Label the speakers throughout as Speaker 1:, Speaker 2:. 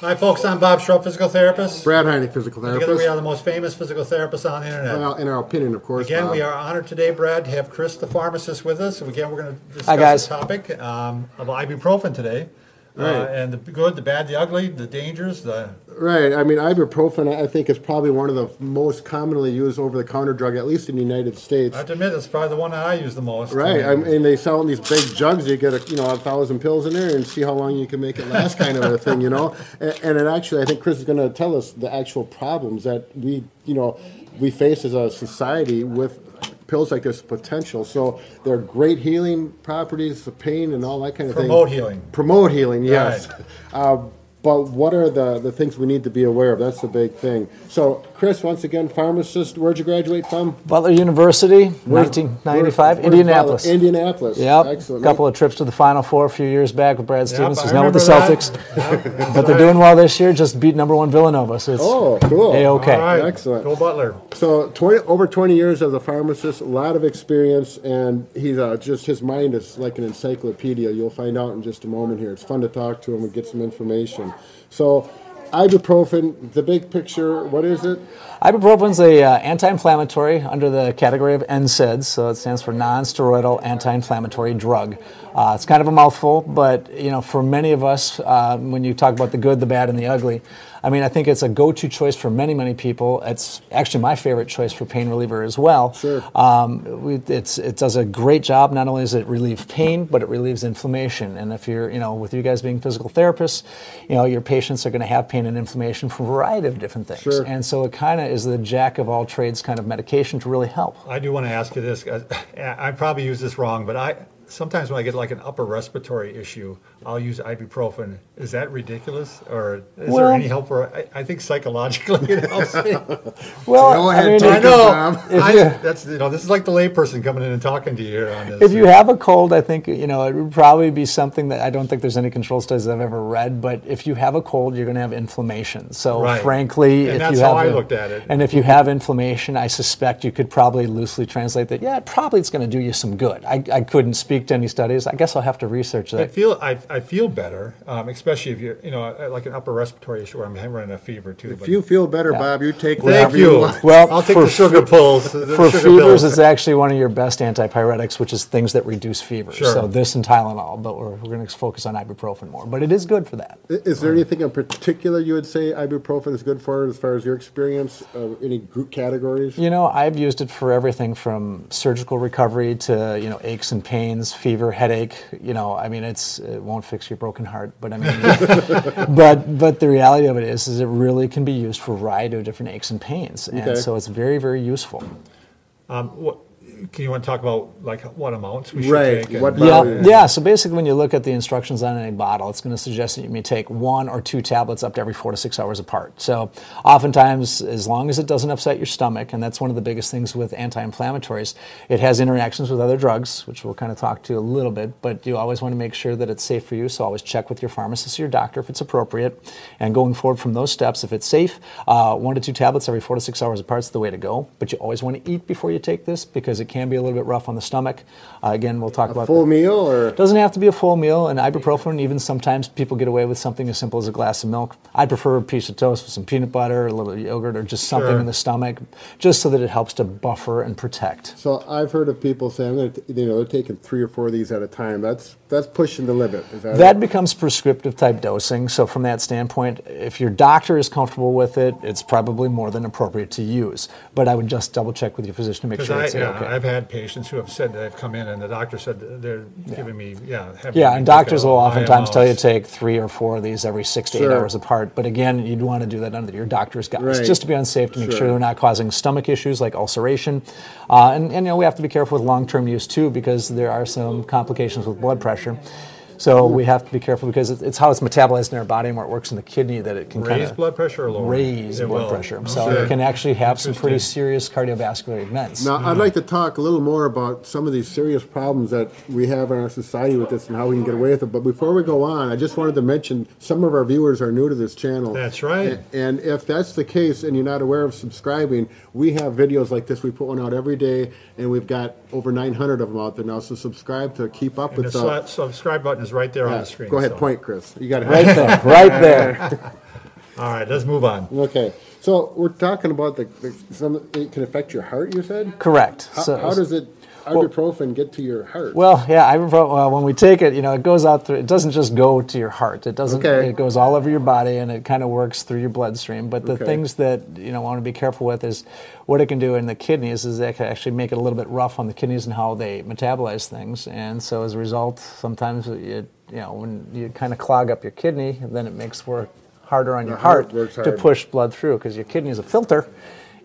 Speaker 1: Hi, folks. I'm Bob Schrupp, physical therapist.
Speaker 2: Brad Heineck, physical
Speaker 1: Together, we are
Speaker 2: therapist.
Speaker 1: the most famous physical therapists on the internet.
Speaker 2: Well, in our opinion, of course.
Speaker 1: Again,
Speaker 2: Bob.
Speaker 1: we are honored today, Brad, to have Chris, the pharmacist, with us. Again, we're going to discuss
Speaker 3: Hi, guys.
Speaker 1: the topic um, of ibuprofen today. Uh,
Speaker 2: Right.
Speaker 1: and the good, the bad, the ugly, the dangers, the
Speaker 2: Right. I mean, ibuprofen, I think, is probably one of the most commonly used over the counter drug, at least in the United States.
Speaker 1: I have to admit, it's probably the one that I use the most.
Speaker 2: Right. I
Speaker 1: I mean,
Speaker 2: mean, they sell in these big jugs. You get, a, you know, a thousand pills in there and see how long you can make it last kind of a thing, you know? And, and it actually, I think Chris is going to tell us the actual problems that we, you know, we face as a society with pills like this potential. So they're great healing properties, the pain and all that kind of
Speaker 1: promote
Speaker 2: thing.
Speaker 1: healing.
Speaker 2: Promote healing, yes.
Speaker 1: Right.
Speaker 2: Uh, but what are the, the things we need to be aware of? That's the big thing. So, Chris, once again, pharmacist, where'd you graduate from?
Speaker 3: Butler University,
Speaker 2: Where's- where's-
Speaker 3: 1995,
Speaker 2: where's
Speaker 3: Indianapolis.
Speaker 2: Butler? Indianapolis.
Speaker 3: Yep, a
Speaker 2: Excellent.
Speaker 3: couple of trips to the Final Four a few years back with Brad Stevens,
Speaker 1: I
Speaker 3: who's now with the
Speaker 1: remember
Speaker 3: Celtics. But they're doing well this year, just beat number one Villanova, so it's
Speaker 2: Oh, cool.
Speaker 3: A-OK.
Speaker 1: All right.
Speaker 2: Excellent.
Speaker 1: Go Butler.
Speaker 2: So, 20, over 20 years as a pharmacist, a lot of experience, and he's uh, just his mind is like an encyclopedia. You'll find out in just a moment here. It's fun to talk to him and get some information. So, ibuprofen, the big picture, what is it?
Speaker 3: Ibuprofen's a uh, anti-inflammatory under the category of NSAIDs, so it stands for non-steroidal anti-inflammatory drug. Uh, it's kind of a mouthful, but you know, for many of us, uh, when you talk about the good, the bad, and the ugly, I mean, I think it's a go-to choice for many, many people. It's actually my favorite choice for pain reliever as well.
Speaker 2: Sure.
Speaker 3: Um, we, it's, it does a great job. Not only does it relieve pain, but it relieves inflammation. And if you're, you know, with you guys being physical therapists, you know, your patients are going to have pain and inflammation from a variety of different things.
Speaker 2: Sure.
Speaker 3: And so it kind of is the jack of all trades kind of medication to really help.
Speaker 1: I do want to ask you this. I, I probably use this wrong, but I sometimes when I get like an upper respiratory issue, I'll use ibuprofen. Is that ridiculous, or is there
Speaker 3: Well-
Speaker 1: any help for? I, I think psychologically it helps me.
Speaker 3: Well,
Speaker 2: Go ahead,
Speaker 3: if-
Speaker 2: take
Speaker 1: I
Speaker 2: it, Tom.
Speaker 1: know.
Speaker 3: If
Speaker 1: I,
Speaker 3: you-
Speaker 1: that's you know, this is like the layperson coming in and talking to you here on this.
Speaker 3: If you have a cold, I think you know it would probably be something that I don't think there's any control studies I've ever read. But if you have a cold, you're going to have inflammation. So
Speaker 1: Right.
Speaker 3: frankly,
Speaker 1: And
Speaker 3: if
Speaker 1: that's
Speaker 3: you
Speaker 1: how
Speaker 3: have
Speaker 1: I
Speaker 3: a-
Speaker 1: looked at it.
Speaker 3: and if you have inflammation, I suspect you could probably loosely translate that. Yeah, probably it's going to do you some good. I, I couldn't speak to any studies. I guess I'll have to research
Speaker 1: I
Speaker 3: that.
Speaker 1: feel I, I feel better, um, especially if you're you know uh, like an upper respiratory issue where I'm running a fever too.
Speaker 2: If you feel better, Bob, you take
Speaker 1: thank
Speaker 2: whatever you
Speaker 1: you.
Speaker 2: want.
Speaker 3: Well,
Speaker 1: I'll take
Speaker 3: for
Speaker 1: the sugar pills. the sugar
Speaker 3: For fevers,
Speaker 1: pills.
Speaker 3: it's actually one of your best antipyretics, which is things that reduce fever.
Speaker 1: Sure.
Speaker 3: So this and Tylenol, but we're, we're going to focus on ibuprofen more. But it is good for that.
Speaker 2: Is there anything in particular you would say ibuprofen is good for as far as your experience? Uh, any group categories?
Speaker 3: You know, I've used it for everything from surgical recovery to you know aches and pains, fever, headache. You know, I mean, it's it won't fix your broken heart, but I mean, but but the reality of it is, is it really can be used for a variety of different aches and pains,
Speaker 2: Okay.
Speaker 3: and so it's very very useful.
Speaker 1: Um, what, can you want to talk about like what amounts we should
Speaker 2: Right,
Speaker 1: take? and-
Speaker 2: what-
Speaker 3: Yeah,
Speaker 2: Value.
Speaker 3: yeah. So basically, when you look at the instructions on any bottle, it's going to suggest that you may take one or two tablets up to every four to six hours apart. So, oftentimes, as long as it doesn't upset your stomach, and that's one of the biggest things with anti-inflammatories, it has interactions with other drugs, which we'll kind of talk to a little bit. But you always want to make sure that it's safe for you. So always check with your pharmacist or your doctor if it's appropriate. And going forward from those steps, if it's safe, uh, one to two tablets every four to six hours apart is the way to go. But you always want to eat before you take this because it can be a little bit rough on the stomach. Uh, again, we'll talk about
Speaker 2: Full meal or?
Speaker 3: doesn't have to be a full meal, and ibuprofen, even sometimes people get away with something as simple as a glass of milk. I'd prefer a piece of toast with some peanut butter, a little yogurt, or just something
Speaker 1: Sure.
Speaker 3: in the stomach, just so that it helps to buffer and protect.
Speaker 2: So I've heard of people saying, I'm going to, you know, they're taking three or four of these at a time. That's that's pushing the limit. Is that,
Speaker 3: That becomes prescriptive type dosing. So, from that standpoint, if your doctor is comfortable with it, it's probably more than appropriate to use. But I would just double check with your physician to make
Speaker 1: Because
Speaker 3: sure
Speaker 1: I,
Speaker 3: it's
Speaker 1: yeah,
Speaker 3: okay.
Speaker 1: I've had patients who have said that they've come in and the doctor said that they're giving me, yeah. having
Speaker 3: Yeah,
Speaker 1: me
Speaker 3: and
Speaker 1: look at
Speaker 3: doctors will
Speaker 1: all my
Speaker 3: oftentimes tell you to
Speaker 1: amounts.
Speaker 3: take three or four of these every six to
Speaker 2: Sure.
Speaker 3: eight hours apart. But again, you'd want to do that under your doctor's guidance,
Speaker 2: Right.
Speaker 3: just to be on safe to make sure.
Speaker 2: Sure.
Speaker 3: they're not causing stomach issues like ulceration. Uh, and, and you know we have to be careful with long-term use too, because there are some complications with blood pressure. So we have to be careful because it's, it's how it's metabolized in our body and where it works in the kidney that it can kind
Speaker 1: Raise
Speaker 3: of
Speaker 1: blood pressure or lower?
Speaker 3: raise
Speaker 1: It
Speaker 3: blood
Speaker 1: will.
Speaker 3: pressure.
Speaker 1: Okay.
Speaker 3: So it can actually have some pretty
Speaker 1: Interesting.
Speaker 3: serious cardiovascular events.
Speaker 2: now, I'd like to talk a little more about some of these serious problems that we have in our society with this and how we can get away with it. But before we go on, I just wanted to mention some of our viewers are new to this channel.
Speaker 1: That's right.
Speaker 2: A- And if that's the case and you're not aware of subscribing, we have videos like this. We put one out every day, and we've got over 900 of them out there now. So subscribe to keep up
Speaker 1: And
Speaker 2: with
Speaker 1: the
Speaker 2: the-
Speaker 1: sli- subscribe button is right there on the screen.
Speaker 2: Go ahead,
Speaker 1: so-
Speaker 2: point, Chris. You got it.
Speaker 3: Right there, right there.
Speaker 1: All right, let's move on.
Speaker 2: Okay, so we're talking about the, the some it can affect your heart. You said
Speaker 3: Correct.
Speaker 2: how, how does it ibuprofen get to your heart?
Speaker 3: Well, yeah, ibuprofen. Well, when we take it, you know, it goes out through. It doesn't just go to your heart. It doesn't.
Speaker 2: Okay.
Speaker 3: It goes all over your body, and it kind of works through your bloodstream. But the
Speaker 2: Okay.
Speaker 3: things that you know want to be careful with is what it can do in the kidneys. Is it can actually make it a little bit rough on the kidneys and how they metabolize things. And so as a result, sometimes it you know when you kind of clog up your kidney, then it makes work harder on your
Speaker 2: heart
Speaker 3: heart,
Speaker 2: works
Speaker 3: to
Speaker 2: hard.
Speaker 3: push blood through because your kidney is a filter.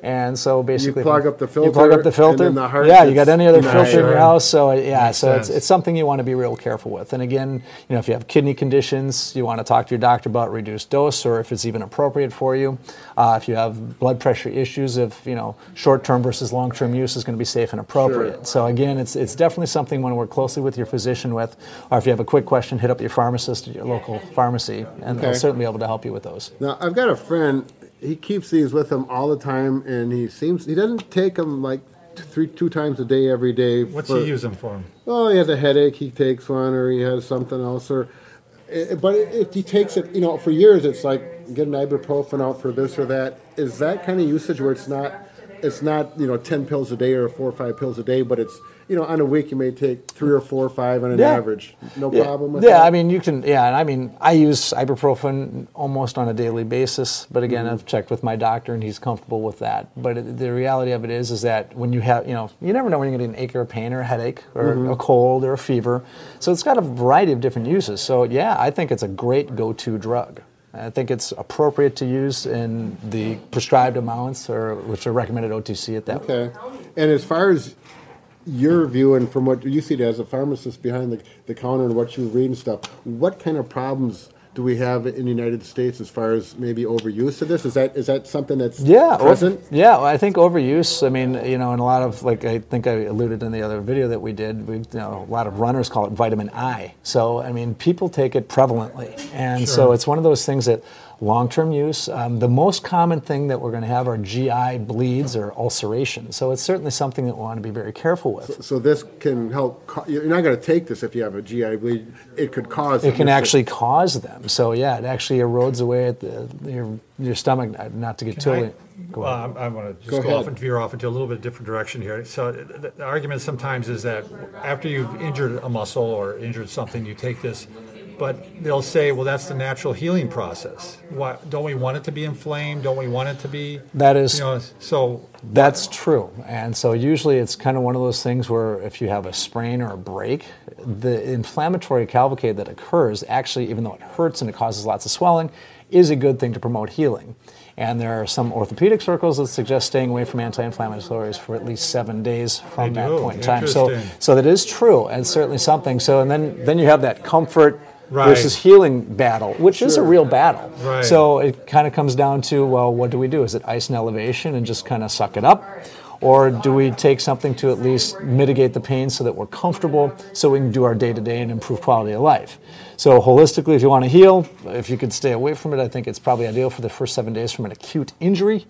Speaker 3: And so basically,
Speaker 2: clog up the
Speaker 3: You clog up
Speaker 2: filter,
Speaker 3: the
Speaker 2: and
Speaker 3: filter.
Speaker 2: then the heart
Speaker 3: yeah, you
Speaker 2: gets
Speaker 3: got any other
Speaker 2: nice.
Speaker 3: filter in your
Speaker 1: Sure.
Speaker 3: house? So uh, yeah, so it's,
Speaker 1: sense.
Speaker 3: it's something you want to be real careful with. And again, you know, if you have kidney conditions, you want to talk to your doctor about reduced dose or if it's even appropriate for you. Uh, if you have blood pressure issues, if you know short-term versus long-term use is going to be safe and appropriate. So again, it's it's definitely something when we're closely with your physician with, or if you have a quick question, hit up your pharmacist at your local pharmacy, and they'll
Speaker 2: Okay.
Speaker 3: certainly be able to help you with those.
Speaker 2: Now I've got a friend. He keeps these with him all the time, and he seems he doesn't take them like t- three two times a day every day.
Speaker 1: What's
Speaker 2: for-
Speaker 1: he using for him?
Speaker 2: Oh, he has a headache. He takes one, or he has something else, or. eh, But if he takes it, you know, for years, it's like get an ibuprofen out for this or that. Is that kind of usage where it's not, it's not you know ten pills a day or four or five pills a day, but it's you know on a week you may take three or four or five on an
Speaker 3: Yeah.
Speaker 2: average. No
Speaker 3: Yeah.
Speaker 2: problem with
Speaker 3: yeah,
Speaker 2: that.
Speaker 3: I mean, you can, yeah, and I mean, I use ibuprofen almost on a daily basis, but again,
Speaker 2: Mm-hmm.
Speaker 3: I've checked with my doctor and he's comfortable with that. But it, the reality of it is, is that when you have, you know, you never know when you're going to get an ache or a pain or a headache or
Speaker 2: Mm-hmm.
Speaker 3: a cold or a fever. So it's got a variety of different uses. So yeah, I think it's a great go to drug. I think it's appropriate to use in the prescribed amounts or which are recommended OTC at that
Speaker 2: Okay. And as far as your view and from what you see it as a pharmacist behind the, the counter and what you read and stuff, what kind of problems do we have in the United States as far as maybe overuse of this? Is that is that something that's
Speaker 3: yeah over-
Speaker 2: present?
Speaker 3: yeah well, i think overuse i mean you know and a lot of like i think i alluded in the other video that we did we you know a lot of runners call it vitamin i so i mean people take it prevalently and so
Speaker 1: Sure.
Speaker 3: it's one of those things that long-term use um, the most common thing that we're going to have are gi bleeds or ulceration so it's certainly something that we want to be very careful with
Speaker 2: So this can help. ca- You're not going to take this if you have a GI bleed. It could cause.
Speaker 3: It can actually cause them. So yeah, it actually erodes away at the, your your stomach. uh, Not to get totally.
Speaker 1: Well, I'm, I'm going to
Speaker 2: Go
Speaker 1: just go
Speaker 2: ahead.
Speaker 1: off and veer off into a little bit different direction here. So the the argument sometimes is that after you've injured a muscle or injured something, you take this, but they'll say, well, that's the natural healing process. Why, don't we want it to be inflamed? Don't we want it to be?
Speaker 3: That is
Speaker 1: You know, so
Speaker 3: That's true. And so usually it's kind of one of those things where if you have a sprain or a break, the inflammatory cavalcade that occurs actually, even though it hurts and it causes lots of swelling, is a good thing to promote healing. And there are some orthopedic circles that suggest staying away from anti-inflammatories for at least seven days from
Speaker 1: They
Speaker 3: that
Speaker 1: do.
Speaker 3: point in time. So,
Speaker 1: Interesting.
Speaker 3: so that is true, and certainly something. So, and then then you have that comfort
Speaker 1: Right.
Speaker 3: versus healing battle, which is a real battle.
Speaker 1: Right.
Speaker 3: So it kind of comes down to well, what do we do? Is it ice and elevation and just kind of suck it up? Or do we take something to at least mitigate the pain so that we're comfortable so we can do our day to day and improve quality of life? So, holistically, if you want to heal, if you could stay away from it, I think it's probably ideal for the first seven days from an acute injury,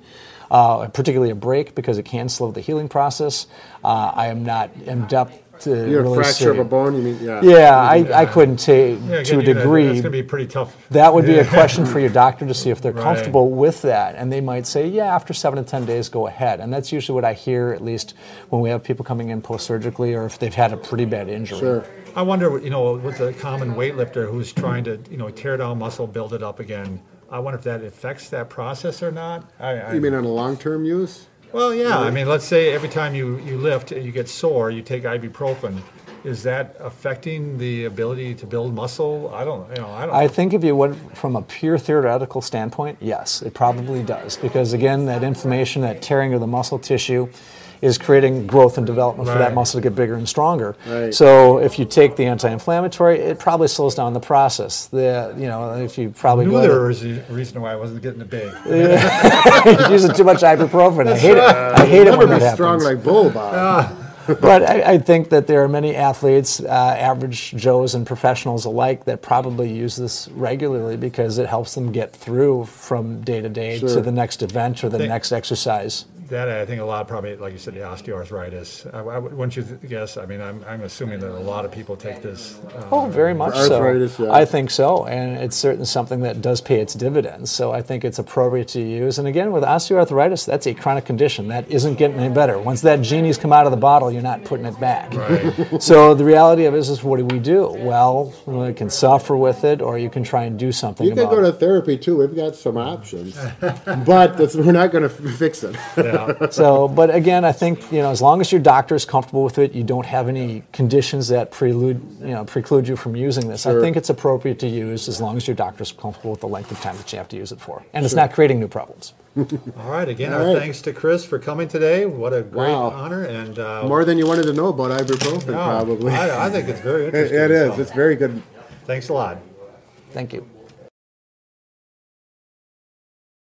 Speaker 3: uh, particularly a break, because it can slow the healing process. Uh, I am not in depth to
Speaker 2: Your
Speaker 3: really
Speaker 2: fracture of
Speaker 3: say-
Speaker 2: a bone. You mean yeah?
Speaker 3: Yeah, I, I couldn't take
Speaker 1: yeah,
Speaker 3: to
Speaker 1: again,
Speaker 3: a
Speaker 1: you- that-
Speaker 3: degree.
Speaker 1: That's going to be pretty tough.
Speaker 3: That would be a question for your doctor to see if they're
Speaker 1: Right.
Speaker 3: comfortable with that. And they might say, yeah, after seven to 10 days, go ahead. And that's usually what I hear, at least when we have people coming in post surgically or if they've had a pretty bad injury.
Speaker 2: Sure.
Speaker 1: I wonder, you know, with a common weightlifter who's trying to, you know, tear down muscle, build it up again. I wonder if that affects that process or not. I, I,
Speaker 2: You mean on a long-term use?
Speaker 1: Well, yeah. I mean, let's say every time you, you lift, you get sore, you take ibuprofen. Is that affecting the ability to build muscle? I don't, you know, I don't.
Speaker 3: I think if you went from a pure theoretical standpoint, yes, it probably does. Because again, that inflammation, that tearing of the muscle tissue, is creating growth and development for that
Speaker 1: Right.
Speaker 3: muscle to get bigger and stronger.
Speaker 2: Right.
Speaker 3: So if you take the anti-inflammatory, it probably slows down the process. The you know if you probably
Speaker 1: knew
Speaker 3: go to-
Speaker 1: there was a reason why I wasn't getting it big.
Speaker 3: using too much ibuprofen. I hate it. I hate it
Speaker 2: Never
Speaker 3: when that
Speaker 2: be
Speaker 3: happens.
Speaker 2: strong like bull, Bob.
Speaker 3: But I, I think that there are many athletes, uh, average Joes and professionals alike, that probably use this regularly because it helps them get through from day to day
Speaker 2: Sure.
Speaker 3: to the next event or the next exercise.
Speaker 1: that I think a lot probably, like you said, the osteoarthritis. I, I, would- wouldn't you th- guess? I mean, I'm, I'm assuming that a lot of people take this. uh,
Speaker 3: Oh, very much
Speaker 2: For arthritis,
Speaker 3: so.
Speaker 2: yeah.
Speaker 3: I think so, and it's certainly something that does pay its dividends. So I think it's appropriate to use. And again, with osteoarthritis, that's a chronic condition that isn't getting any better. Once that genie's come out of the bottle, you're not putting it back. So the reality of it is, is what do we do? Well, we can suffer with it, or you can try and do something
Speaker 2: You can
Speaker 3: about
Speaker 2: go to
Speaker 3: it.
Speaker 2: therapy too. We've got some options, but that's, we're not going to fix it.
Speaker 3: So, but again, I think you know, as long as your doctor is comfortable with it, you don't have any conditions that prelude, you know, preclude you from using this. I
Speaker 2: Sure.
Speaker 3: think it's appropriate to use as long as your doctor's comfortable with the length of time that you have to use it for, and it's not creating new problems.
Speaker 1: All right, again,
Speaker 2: All
Speaker 1: our
Speaker 2: right.
Speaker 1: thanks to Chris for coming today. What a great
Speaker 2: Wow.
Speaker 1: honor and uh,
Speaker 2: More than you wanted to know about ibuprofen,
Speaker 1: no,
Speaker 2: probably.
Speaker 1: I, I think it's very
Speaker 2: It
Speaker 1: interesting.
Speaker 2: it is.
Speaker 1: so
Speaker 2: It's very good.
Speaker 1: thanks a lot.
Speaker 3: Thank you.